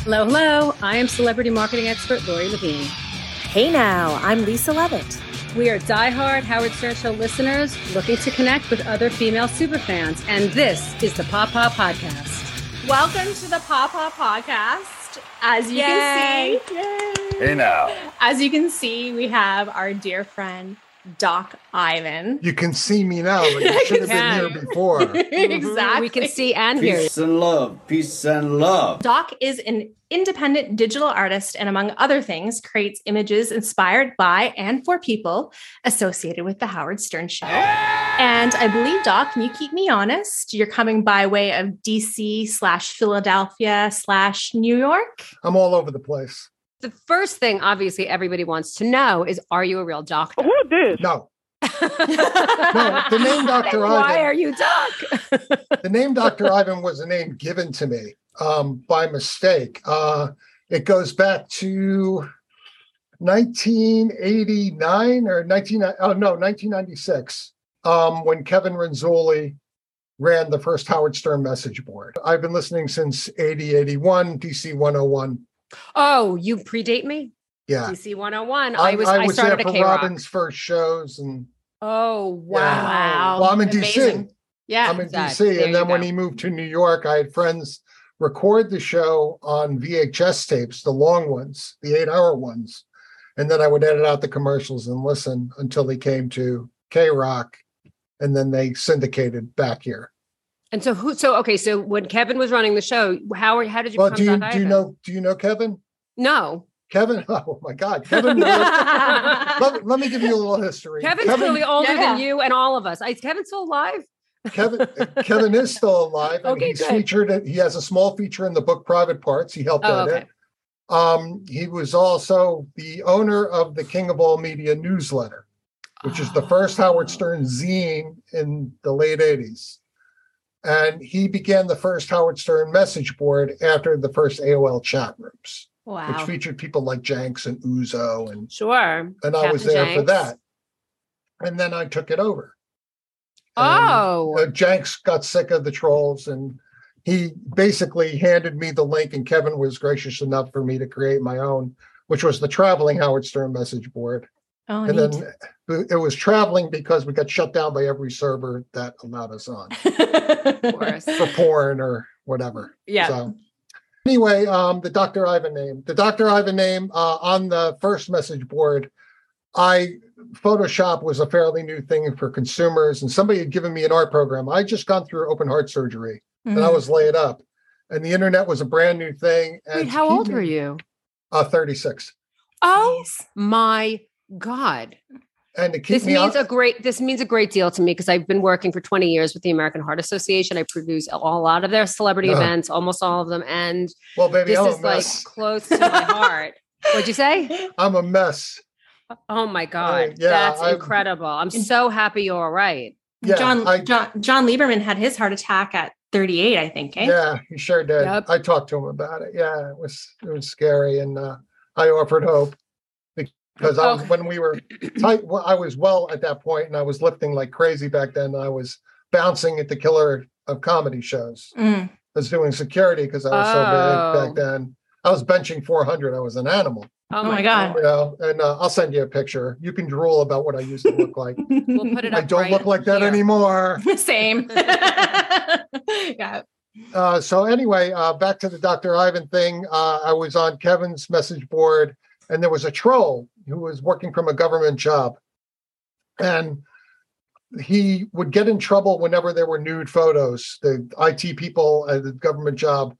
Hello, hello. I am celebrity marketing expert Lori Levine. Hey now, I'm Lisa Levitt. We are diehard Howard Stern Show listeners looking to connect with other female superfans, and this is the Pop Pop Podcast. Welcome to the Papa Podcast. As you Yay. can see, Hey now. as you can see, we have our dear friend Doc Ivan. You can see me now, but you should have Yeah. been here before. exactly. Mm-hmm. We can see and hear you. Peace and love. Peace and love. Doc is an independent digital artist and, among other things, creates images inspired by and for people associated with the Howard Stern Show. And I believe, Doc, can you keep me honest? You're coming by way of DC slash Philadelphia slash New York. I'm all over the place. The first thing, obviously, everybody wants to know is are you a real doctor? Who this? No, no, the name Dr. Why Ivan. are you Doc? the name Dr. Ivan was a name given to me um, by mistake. Uh, it goes back to 1989 or 19, oh no, 1996, um, when Kevin Renzulli ran the first Howard Stern message board. I've been listening since 80, 81, DC 101. oh, you predate me? Yeah. DC 101. I, was, I, was started there a for K Rock. Robin's first shows and Oh, wow. Wow. well, I'm in Amazing. DC. Yeah. I'm in exactly. DC. There And then you when go. he moved to New York, I had friends record the show on VHS tapes, the long ones, the eight hour ones. And then I would edit out the commercials and listen until he came to K Rock. And then they syndicated back here. And so who so okay, so when Kevin was running the show, how how did you Well, become do you Doc do you Ivan? know do you know Kevin? No. Kevin? Oh my God, Kevin! let, let me give you a little history. Kevin's Kevin, clearly older Yeah. than you and all of us. I, Kevin's still alive. Kevin, Kevin is still alive, and Okay, he's good. featured. He has a small feature in the book Private Parts. He helped Oh, edit. okay. Um, he was also the owner of the King of All Media newsletter, which is the first Ah. Howard Stern zine in the late 80s. And he began the first Howard Stern message board after the first AOL chat rooms, which wow. featured people like Jenks and Uzo. And, Sure. and I was Captain there for Jenks. that. And then I took it over. And, Oh. uh, Jenks got sick of the trolls and he basically handed me the link and Kevin was gracious enough for me to create my own, which was the traveling Howard Stern message board. Oh, and neat. then it was traveling because we got shut down by every server that allowed us on of course. for porn or whatever. Yeah. So anyway, um, the Dr. Ivan name. The Dr. Ivan name uh, on the first message board, I Photoshop was a fairly new thing for consumers, and somebody had given me an art program. I had just gone through open heart surgery, Mm-hmm. and I was laid up, and the internet was a brand new thing. And Mm. Wait, to how keep old me- were you? Uh, Thirty six. Oh my God. And to keep This me means a on- great this means a great deal to me because I've been working for 20 years with the American Heart Association. I produce a a lot of their celebrity Uh-huh. events, almost all of them. And well, baby, this I'm is a like mess. close to my heart. What'd you say? I'm a mess. Oh my God. yeah, That's I'm- incredible. I'm so happy you're all right. Yeah, John, I- John John Lieberman had his heart attack at 38, I think. Eh? Yeah, he sure did. Yep. I talked to him about it. Yeah, it was it was scary, and uh, I offered hope because I was, Oh. when we were tight, well, I was well at that point, and I was lifting like crazy back then. I was bouncing at the killer of comedy shows. Mm. I was doing security because I was Oh. so big back then. I was benching 400. I was an animal, Oh, my God. you know. And uh, I'll send you a picture. You can drool about what I used to look like. We'll put it I up. don't right look like that here. anymore. Same. yeah. Uh, so anyway, uh, back to the Dr. Ivan thing. Uh, I was on Kevin's message board, and there was a troll who was working from a government job, and he would get in trouble whenever there were nude photos. The IT people at the government job,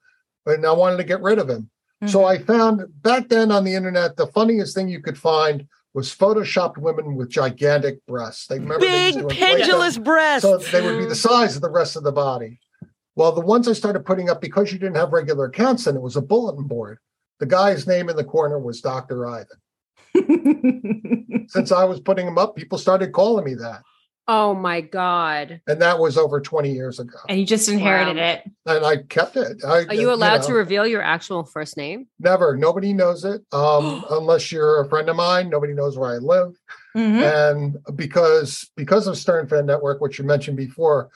and I wanted to get rid of him. Mm. So Mm-hmm. I found back then on the internet, the funniest thing you could find was photoshopped women with gigantic breasts. They remember they used to Big inflate them. pendulous breasts. So they would be the size of the rest of the body. Well, the ones I started putting up because you didn't have regular accounts and it was a bulletin board. The guy's name in the corner was Dr. Ivan. Since I was putting him up, people started calling me that. Oh my God. And that was over 20 years ago. and you just inherited Wow. it. And I kept it. I, Are you allowed to know, reveal your actual first name? Never. Nobody knows it. Um, unless you're a friend of mine, nobody knows where I live. Mhm. and because because of Stern Fan Network, which you mentioned before,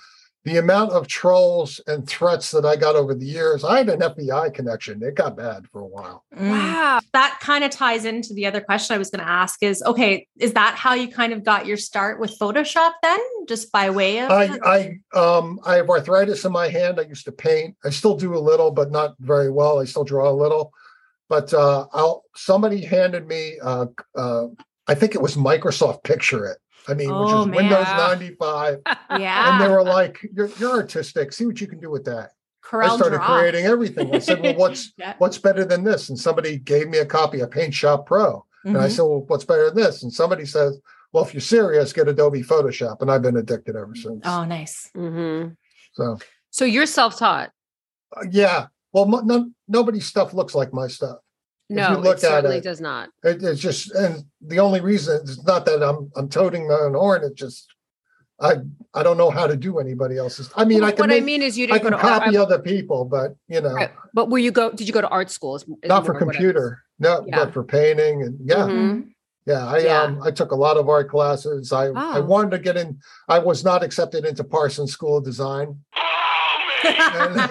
the amount of trolls and threats that I got over the years, I had an FBI connection. It got bad for a while. Mm. Wow. mm-hmm. That kind of ties into the other question I was going to ask is okay, is that how you kind of got your start with Photoshop then? Just by way of I I um I have arthritis in my hand. I used to paint. I still do a little, but not very well. I still draw a little, but uh, I'll somebody handed me. Uh, uh, I think it was Microsoft Picture It. I mean, which Oh, was man. Ah. Windows ninety five, yeah. and they were like, "You're you're artistic. See what you can do with that." Corel I started Draw. creating everything. I said, "Well, what's Yeah. what's better than this?" And somebody gave me a copy of Paint Shop Pro. And Mm-hmm. I Mhm. said, Well, what's better than this? And somebody says, Well, if you're serious, get Adobe Photoshop. And I've been addicted ever since. Oh, nice. hmm So, So you're self taught. uh, yeah. Well, mo- no, nobody's stuff looks like my stuff. If you No, look it at certainly it- does not. It, it's just, and the only reason it's not that I'm I'm toting my own horn. It's just I I don't know how to do anybody else's. I mean, I can what I make- mean is you I didn't go can to art, copy I- other people, but you know, Right. but were you go? Did you go to art school? Is- is not for more what I- computer. No, Yeah. but for painting and yeah. Mhm. Yeah, I Yeah. um I took a lot of art classes. I I Oh. wanted to get in. I was not accepted into Parsons School of Design. Oh,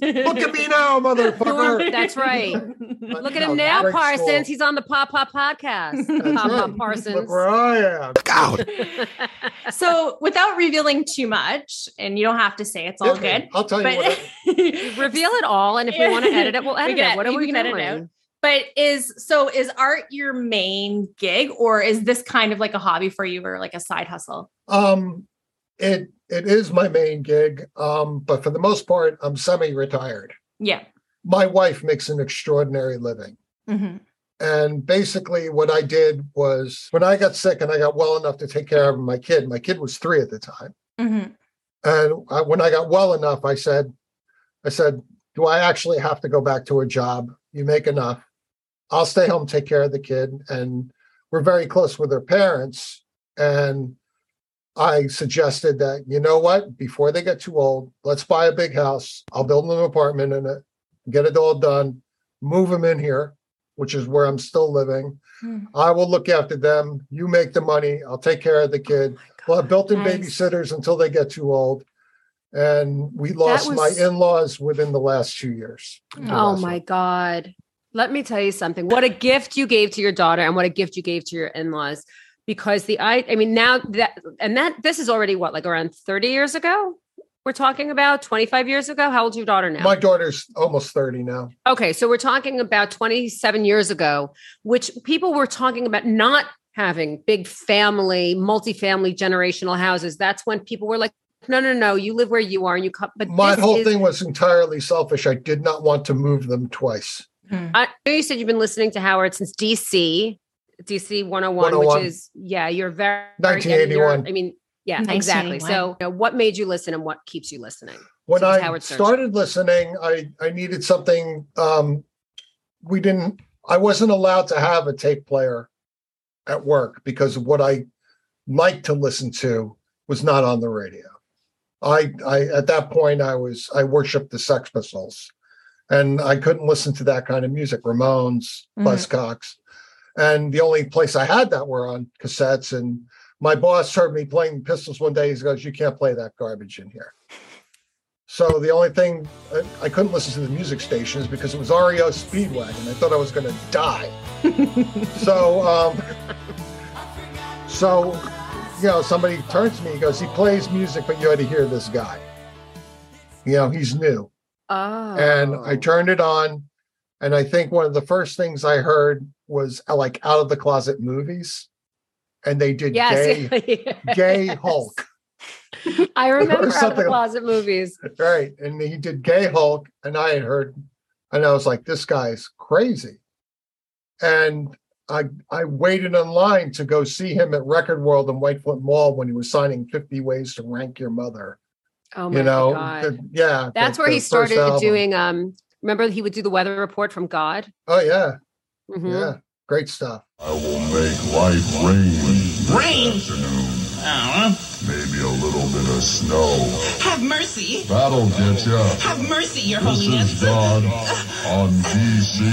Look at me now, motherfucker! That's right. But Look at no, him now, great Parsons. school. He's on the Pop Pop podcast. That's Pop Pop right. Look Parsons. where I am. so without revealing too much, and you don't have to say it's all Hit me. good. I'll tell you what. But I- Reveal it all, and if we want to edit it, we'll We edit can- it. What are we we can doing? edit it but is so is art your main gig or is this kind of like a hobby for you or like a side hustle? Um, it it is my main gig. Um, but for the most part, I'm semi-retired. Yeah. My wife makes an extraordinary living. Mhm. And basically, what I did was when I got sick and I got well enough to take care of my kid, my kid was three at the time. Mhm. And I, when I got well enough, I said, I said, do I actually have to go back to a job? You make enough. I'll stay home, take care of the kid. And we're very close with her parents. And I suggested that, you know what, before they get too old, let's buy a big house. I'll build an apartment in it, get it all done, move them in here, which is where I'm still living. Hmm. I will look after them. You make the money. I'll take care Oh of the kid. Well, I built in Nice. babysitters until they get too old. And we lost was- my in laws within the last two years. The Oh last my one. God. Let me tell you something. What a gift you gave to your daughter and what a gift you gave to your in-laws. Because the I I mean now that and that this is already what, like around 30 years ago? We're talking about 25 years ago. How old's your daughter now? My daughter's almost 30 now. Okay, so we're talking about 27 years ago, which people were talking about not having big family, multifamily, generational houses. That's when people were like, "No, no, no, you live where you are, and you come." But My this whole is- thing was entirely selfish. I did not want to move them twice. I know you said you've been listening to Howard since DC, DC 101, 101. which is yeah, you're very 1981. I mean, yeah, exactly. So, 1981. you know, what made you listen, and what keeps you listening? When So it's I Howard Stern. started listening, I, I needed something. Um, we didn't, I wasn't allowed to have a tape player at work because of what I liked to listen to was not on the radio. I, I at that point I was I worshipped the Sex Pistols, and I couldn't listen to that kind of music, Ramones, Mhm. Buzzcocks, and the only place I had that were on cassettes. And my boss heard me playing the Pistols one day. He goes, "You can't play that garbage in here." So the only thing I, I couldn't listen to the music stations because it was REO Speedwagon. I thought I was going to die. so um, so, you know, somebody turns to me, he goes, he plays music, but you had to hear this guy. You know, he's new. Oh, And I turned it on. And I think one of the first things I heard was uh, like out of the closet movies. And they did yes, gay, gay Hulk. I remember out of the something. closet movies. Right. And he did gay Hulk. And I had heard, and I was like, this guy's crazy. And I I waited in line to go see him at Record World in Whitefoot Mall when he was signing 50 Ways to Rank Your Mother. Oh my you know, god. the- yeah. That's the- where the he first started album. doing. Um, remember he would do the weather report from God. Oh yeah, Mhm. yeah, great stuff. I will make life rain. Rain? Afternoon. Uh, Maybe a little bit of snow. have mercy. That'll get ya. Have mercy, Your This is Holiness. God on DC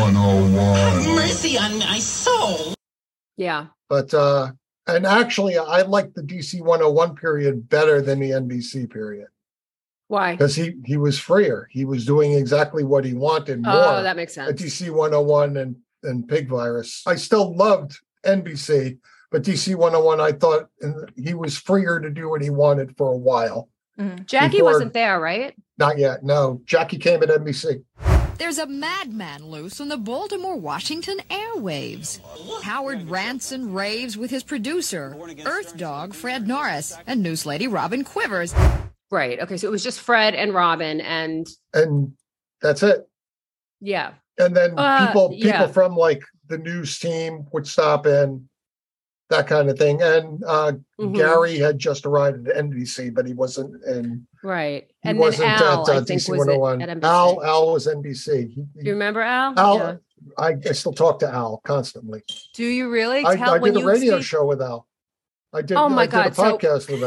101. Mercy on my soul. Yeah. But uh, and actually, I like the DC 101 period better than the NBC period Why? because he he was freer. He was doing exactly what he wanted more. Oh, that makes at sense. DC 101 and and Pig Virus. I still loved NBC, but DC 101 I thought and he was freer to do what he wanted for a while. Jackie before- wasn't there, right? Not yet. No, Jackie came at NBC. There's a madman loose on the Baltimore Washington airwaves. Howard rants and raves with his producer, Earth Dog Fred Norris, and news lady Robin Quivers. Right. Okay. So it was just Fred and Robin, and And that's it. yeah, And then Uh, people people yeah. from like the news team would stop in, that kind of thing. And uh, Mhm. Gary had just arrived at NBC, but he wasn't in right. he and then wasn't Al, at uh, I think, DC was at, 101. at NBC. Al Al was NBC. He- Do you remember Al? Al, Yeah. I, I still talk to Al constantly. Do you really? I, Tell I when did a you radio speak- show with Al. I did. Oh my I did God, a so- podcast with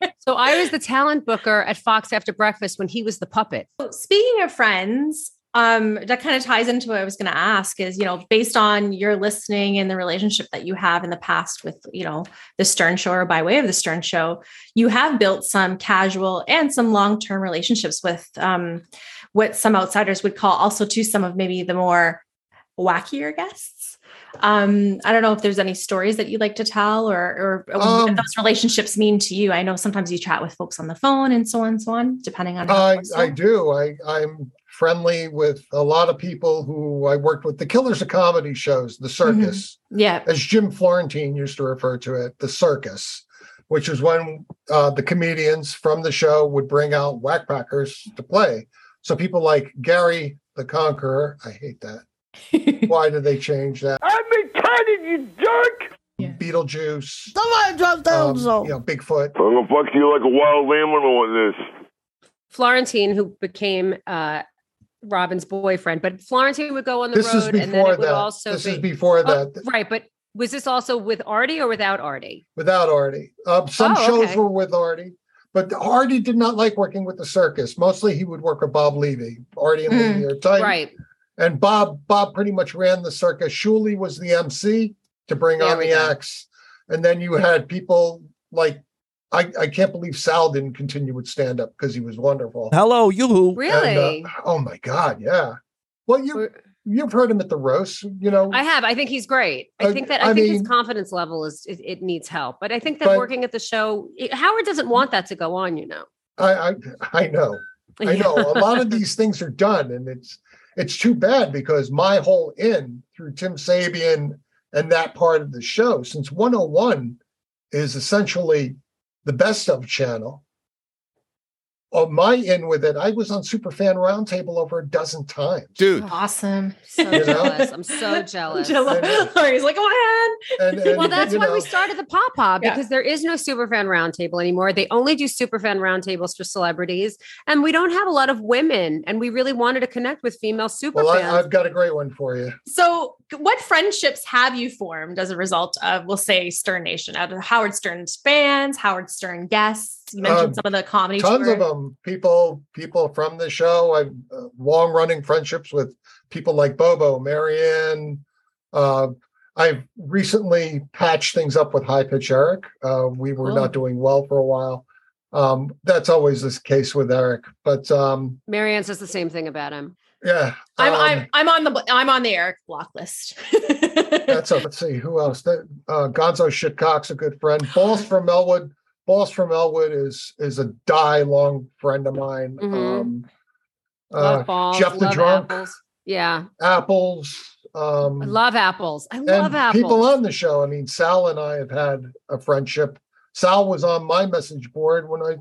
Al. So I was the talent booker at Fox After Breakfast when he was the puppet. So Speaking of friends, um, that kind of ties into what I was going to ask is, you know, based on your listening and the relationship that you have in the past with, you know, the Stern Show or by way of the Stern Show, you have built some casual and some long term relationships with um, what some outsiders would call also to some of maybe the more wackier guests. Um, I don't know if there's any stories that you'd like to tell or, or Um, what those relationships mean to you. I know sometimes you chat with folks on the phone and so on and so on, depending on how I, close you I are. do. I, I'm friendly with a lot of people who I worked with. The Killers of Comedy shows, the Mm-hmm. circus, yeah. as Jim Florentine used to refer to it, the circus, which is when uh, the comedians from the show would bring out whackpackers to play. So people like Gary the Conqueror, I hate that. Why did they change that? I'm retarded, you jerk! Beetlejuice, Somebody drop um, you know, Bigfoot. I'm gonna fuck you like a wild animal on this. Florentine, who became uh, Robin's boyfriend, but Florentine would go on the This is road, and then before it would that. also This be is before Oh, that. right. But was this also with Artie or without Artie? without Artie. Um, some Oh, shows okay. were with Artie, but Artie did not like working with the circus. Mostly, he would work with Bob Levy. Artie and Mm, Levy are tight, right. and Bob Bob pretty much ran the circus. Shuley was the MC to bring There on we the go. acts, and then you had people like I, I can't believe Sal didn't continue with stand up because he was wonderful. Hello, you. And, uh, Really? oh my God, yeah. Well, you We're- you've heard him at the roast, you know. I have. I think he's great. I Uh, think that I I, think mean- his confidence level is it, it needs help. But I think that But- working at the show, it- Howard doesn't want that to go on. You know. I I, I know. I know a lot of these things are done, and it's it's too bad because my whole in through Tim Sabian and that part of the show, since 101 is essentially the best of channel. On my in with it, I was on Superfan Roundtable over a dozen times. Dude, Oh, Awesome. so You know? jealous. I'm so jealous. Jealous. He's like, oh And, and, Well, that's you why know, we started the Pop Pop Yeah. because there is no Superfan Roundtable anymore. They only do Superfan Roundtables for celebrities, and we don't have a lot of women. And we really wanted to connect with female superfans. Well, I, I've got a great one for you. So, what friendships have you formed as a result of, we'll say, Stern Nation, out of Howard Stern's fans, Howard Stern guests? You mentioned Um, some of the comedy Tons tour. of them. People, people from the show. I've uh, long running friendships with people like Bobo, Marianne. Uh, I've recently patched things up with High Pitch Eric. Uh, we were Cool. not doing well for a while. Um, that's always the case with Eric. But um, Marianne says the same thing about him. yeah, I'm, um, I'm, I'm on the bl- I'm on the Eric block list. that's a, let's see who else. That- Uh, Gonzo Shitcock's a good friend. Balls from Elwood. Balls from Elwood is is a die long friend of mine. Mm-hmm. Mhm. Um, uh, Love balls. Jeff the love Drunk. Apples. Yeah, apples. Um, I love apples. I and love apples. people on the show. I mean, Sal and I have had a friendship. Sal was on my message board when I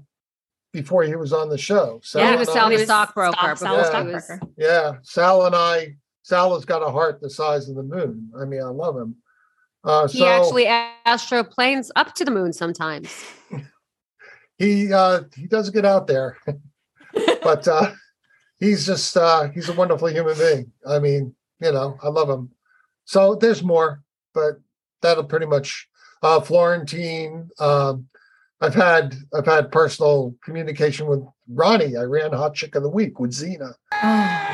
before he was on the show. Sal Yeah, he and was I- selling- stockbroker Stock, Sal before was he was- stockbroker. Yeah, Sal and I. Sal has got a heart the size of the moon. I mean, I love him. Uh, he so actually astro planes up to the moon sometimes. he uh, he does get out there, but uh, he's just uh, he's a wonderful human being. I mean, you know, I love him. So there's more, but that'll pretty much uh, Florentine. Um, I've had I've had personal communication with Ronnie. I ran Hot Chick of the Week with Xena.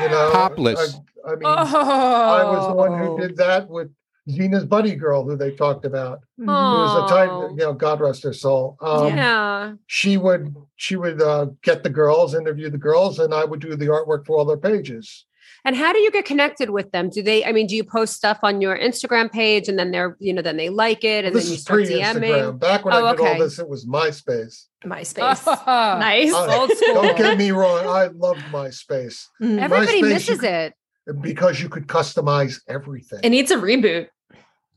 You know, Topless. I, I mean, Oh, I was the one who did that with Xena's buddy girl, who they talked about, who was a type, you know, God rest her soul. Um, Oh. yeah. She would she would uh, get the girls, interview the girls, and I would do the artwork for all their pages. And how do you get connected with them? Do they? I mean, do you post stuff on your Instagram page, and then they're you know then they like it, and this then you is start pre DMing? Instagram. Back when Oh, I did okay. all this, it was MySpace. MySpace. Oh, nice. Uh, Old school. Don't get me wrong, I loved MySpace Mm. Everybody MySpace, you misses could- it. because you could customize everything. It needs a reboot.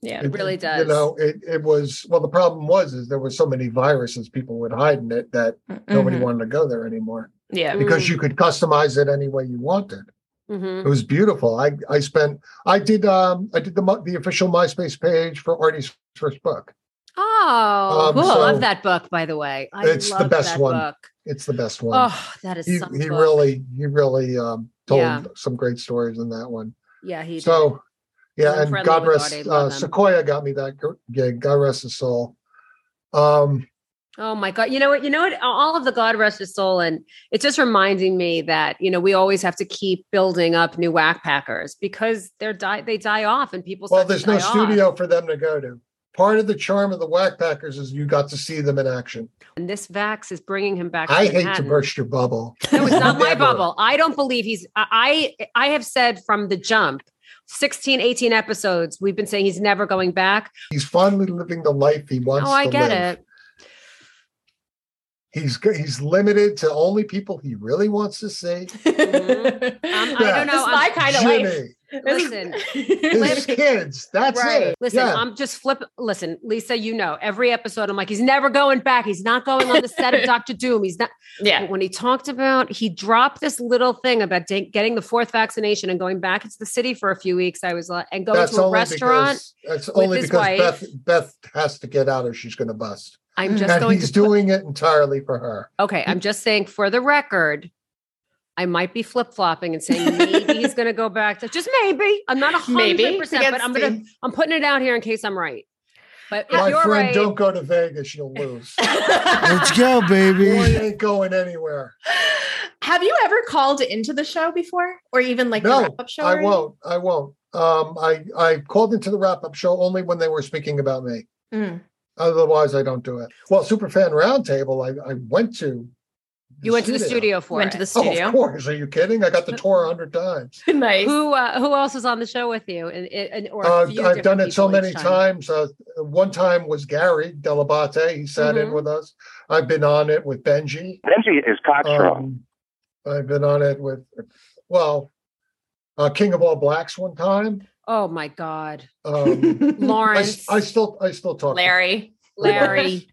Yeah. It really You does. know, it, it was well. The problem was is there were so many viruses people would hide in it that Mm-hmm. nobody Mhm. wanted to go there anymore Yeah. Mm. because you could customize it any way you wanted. Mhm. It was beautiful. I I spent I did um I did the mo- the official MySpace page for Artie's first book. Oh, Um, cool. I so- love that book, by the way. I It's the love best that one. book. It's the best one. Oh, that is he some he book. really he really um told Yeah. some great stories in that one. yeah he did. So yeah, I'm and friendly God with rest Artie, uh, love him. Sequoia got me that gr- gig. God rest his soul. Um Oh my God. You know what? You know what? All of the God rest his soul. And it's just reminding me that, you know, we always have to keep building up new whack packers because they're die they die off and people Well, start to there's no die off. studio for them to go to. Part of the charm of the Whack Packers is you got to see them in action. And this vax is bringing him back. I hate to Manhattan. burst your bubble. No, it's not my Never. bubble. I don't believe he's I I I have said from the jump, 16, 18 episodes, we've been saying he's never going back. He's finally living the life he wants. Oh, I to get live. it. He's g- he's limited to only people he really wants to see. Um, I Yeah. don't know. This is I'm- my kind of life. Jimmy, This is- Listen, his kids. That's Right. it. Listen, Yeah. I'm just flip. Listen, Lisa, you know, every episode I'm like, he's never going back. He's not going on the set of Doctor Doom. He's not. yeah. But when he talked about, he dropped this little thing about da- getting the fourth vaccination and going back into the city for a few weeks. I was like, and going that's to a only restaurant. Because, that's with only his because wife. Beth Beth has to get out or she's going to bust. I'm just And going he's to. doing it entirely for her. okay, I'm just saying for the record. I might be flip flopping and saying maybe he's going to go back to just maybe. I'm not a hundred Maybe. percent, but I'm gonna. I'm putting it out here in case I'm right. But if My you're friend, right, don't go to Vegas. You'll lose. Let's go, Boy, baby. you ain't going anywhere. Have you ever called into the show before, or even like the No, wrap up show? I or won't. I won't. Um, I I called into the wrap up show only when they were speaking about me. anything? Otherwise, I don't do it. Well, Superfan Roundtable, I, I went to. the you went to the studio Uh, Mm. for Went to it. the Oh, of studio. course. Are you kidding? I got the tour a hundred times. nice. Who uh, who else was on the show with you? And, and or a Uh, few I've done different it so people many each time. times. Uh, one time was Gary Delabate. He sat in Mhm. with us. I've been on it with Benji. Benji is cockstrong. Um, I've been on it with, well, uh, King of All Blacks one time. Oh my God, Um, I, Lawrence, s- I still I still talk. to Larry. Larry,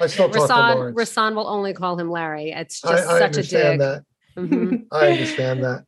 I still talk to Rasan. Lawrence. Rasan will only call him Larry. It's I, just such a I dig. understand that. Mhm, I understand that.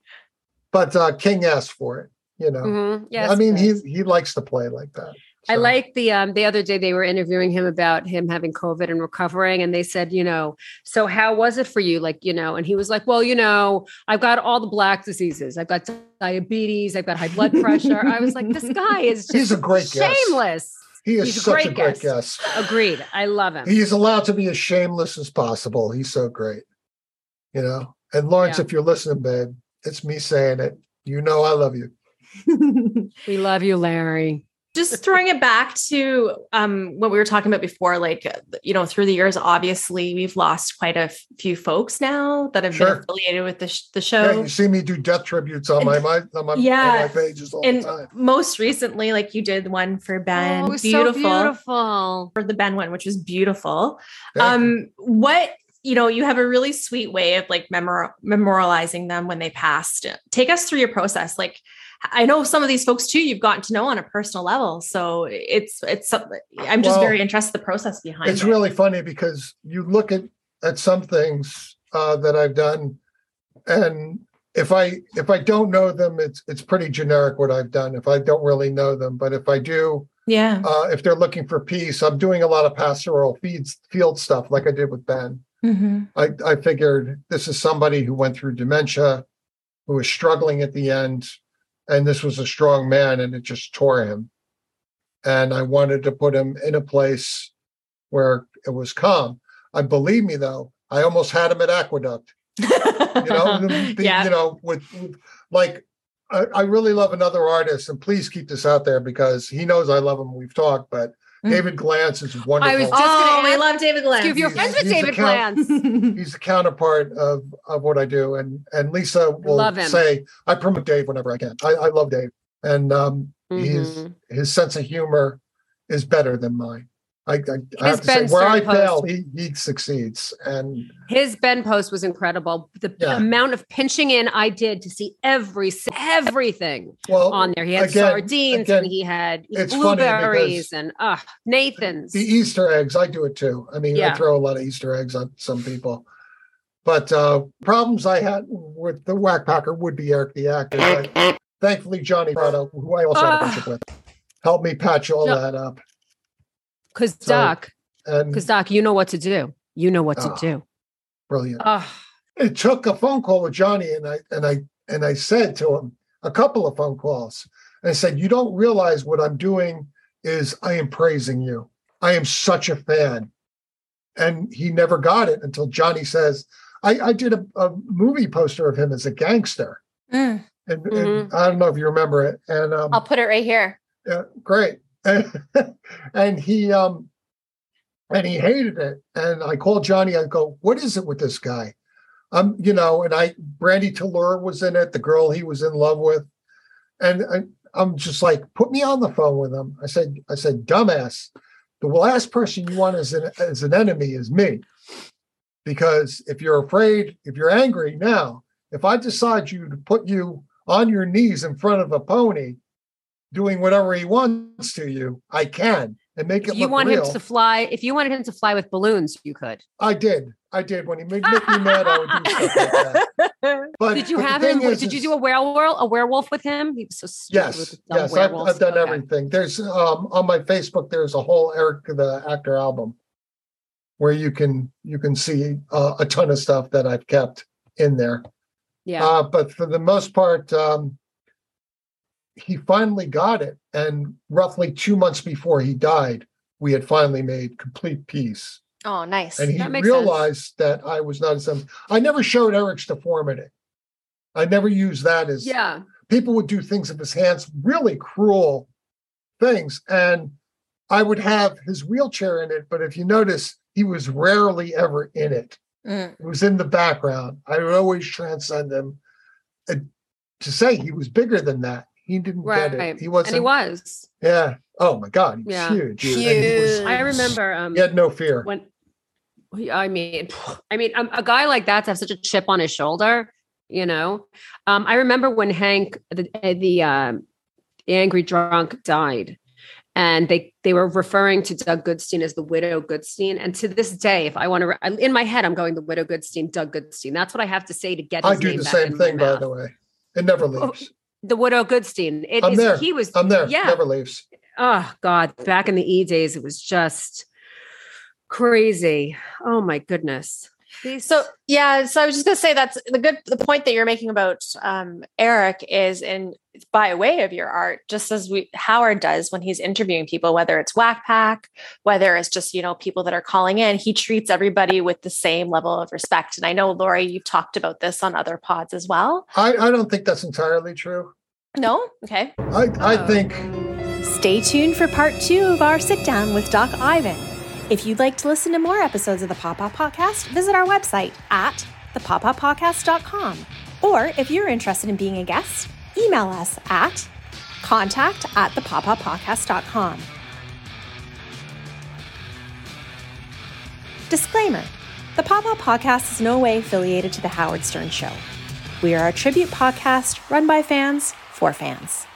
But uh, King asked for it, you know. mhm. Yes, I mean, yes. he he likes to play like that. I so. like the um the other day they were interviewing him about him having COVID and recovering, and they said, you know, so how was it for you? Like, you know, and he was like, well, you know, I've got all the black diseases. I've got diabetes. I've got high blood pressure. I was like, this guy is just He's a great guest. shameless. He is he's a such great a great guest. guest. Agreed. I love him. He is allowed to be as shameless as possible. He's so great, you know. And Lawrence, Yeah. if you're listening, babe, it's me saying it. You know, I love you. We love you, Larry. just throwing it back to um, what we were talking about before, like, uh, you know, through the years, obviously, we've lost quite a f- few folks now that have Sure. been affiliated with the, sh- the Yeah, show. you see me do death tributes on my my on my, on Yeah. my pages all and the time. most recently, like you did one for Ben, Oh, it was beautiful, so beautiful. for the Ben one, which was beautiful. Thank you. um, what you know, you have a really sweet way of like memor- memorializing them when they passed. Take us through your process. Like, I know some of these folks too. You've gotten to know on a personal level, so it's it's. some- I'm just Well, very interested in the process behind. it's it. really funny because you look at at some things uh, that I've done, and if I if I don't know them, it's it's pretty generic what I've done. If I don't really know them, but if I do, yeah. uh, if they're looking for peace, I'm doing a lot of pastoral feeds field stuff, like I did with Ben. hmm I, I figured this is somebody who went through dementia, who was struggling at the end, and this was a strong man, and it just tore him. And I wanted to put him in a place where it was calm. I believe me though, I almost had him at Aqueduct. You know, the- the- yeah. you know, with, with- like I, I really love another artist, and please keep this out there because he knows I love him. We've talked, but Mm. David Glantz is wonderful. just oh, gonna I ask- love David Glenn. Give your He's- friends with he's a David count. Glantz. He's the counterpart of, of what I do, and and Lisa will Love him. say I promote Dave whenever I can. I, I love Dave, and um, he's Mhm. his sense of humor is better than mine. I, I, I His have to say, Ben where Stern I post. fail, he, he succeeds, and His Ben post was incredible. The Yeah. amount of pinching in I did to see every si- everything well, on there. He had again- sardines again, and he had it's funny blueberries and uh, Nathan's. the E-, Easter eggs, I do it too. I mean, I Yeah. throw a lot of Easter eggs on some people. But uh, problems I had with the Whack Packer would be Eric the actor. but thankfully, Johnny Prado, who I also had a friendship with, helped me patch all Ah. No. that up. Because So- Doc, because And Doc, you know what to do. You know what to Ah. do. brilliant. Oh, It took a phone call with Johnny, and I and I and I said to him a couple of phone calls. And I said, "You don't realize what I'm doing is I am praising you. I am such a fan." And he never got it until Johnny says, "I, I did a, a movie poster of him as a gangster." Mm. And, and I don't know if you remember it. And um, Mm-hmm. I'll put it right here. yeah, great. And, and he um and he hated it. And I called Johnny, I go, what is it with this guy? Um, you know, and I Brandy Tallur was in it, the girl he was in love with. And I, I'm just like, put me on the phone with him. I said, I said, dumbass, the last person you want as an as an enemy is me. Because if you're afraid, if you're angry now, if I decide you to put you on your knees in front of a pony, doing whatever he wants to you, I can and make it if you look want real. him to fly? If you wanted him to fly with balloons, you could. I did. I did. When he made, make me mad, I would do stuff like that. But Did you but the have thing him? is- did you is- do a werewolf? A werewolf with him? He was so stupid with Yes, his dumb yes, I've, werewolves. I've done Okay. everything. There's um on my Facebook. There's a whole Eric the Actor album where you can you can see uh, a ton of stuff that I've kept in there. Yeah. Uh, but for the most part, um, he finally got it, and roughly two months before he died, we had finally made complete peace Oh, nice. and he That makes realized that I was not as I never showed Eric's deformity. I never used that as yeah. people would do things of his hands, really cruel things, and I would have his wheelchair in it. But if you notice, he was rarely ever in it. Mm. It was in the background. I would always transcend him. And to say he was bigger than that, he didn't Right. get it. He and wasn't. he was. Yeah. Oh my God, he was Yeah. huge. And he was- I remember. Um, He had no fear. when I mean, I mean, um, a guy like that to have such a chip on his shoulder, you know. Um, I remember when Hank, the uh, the um, angry drunk, died, and they they were referring to Doug Goodstein as the widow Goodstein. And to this day, if I want to, re- in my head, I'm going the widow Goodstein, Doug Goodstein. That's what I have to say to get. His I do name the back same in my thing, by mouth. the way. It never Oh, leaves. The widow Goodstein. It I'm is- there. He was. I'm there. Yeah Never leaves. oh god back in the e days it was just crazy oh my goodness These- So yeah, so I was just gonna say that's the good the point that you're making about um, Eric is in by way of your art, just as we Howard does when he's interviewing people, whether it's Whack Pack, whether it's just you know people that are calling in, he treats everybody with the same level of respect. And I know Lori, you've talked about this on other pods as well. I, I don't think that's entirely true. No, okay, I, I Oh, think Stay tuned for part two of our sit down with Doc Ivan. If you'd like to listen to more episodes of the Pop Up Podcast, visit our website at thepopuppodcast.com. Or if you're interested in being a guest, email us at contact at thepopuppodcast.com. Disclaimer The Pop Up Podcast is no way affiliated to The Howard Stern Show. We are a tribute podcast run by fans for fans.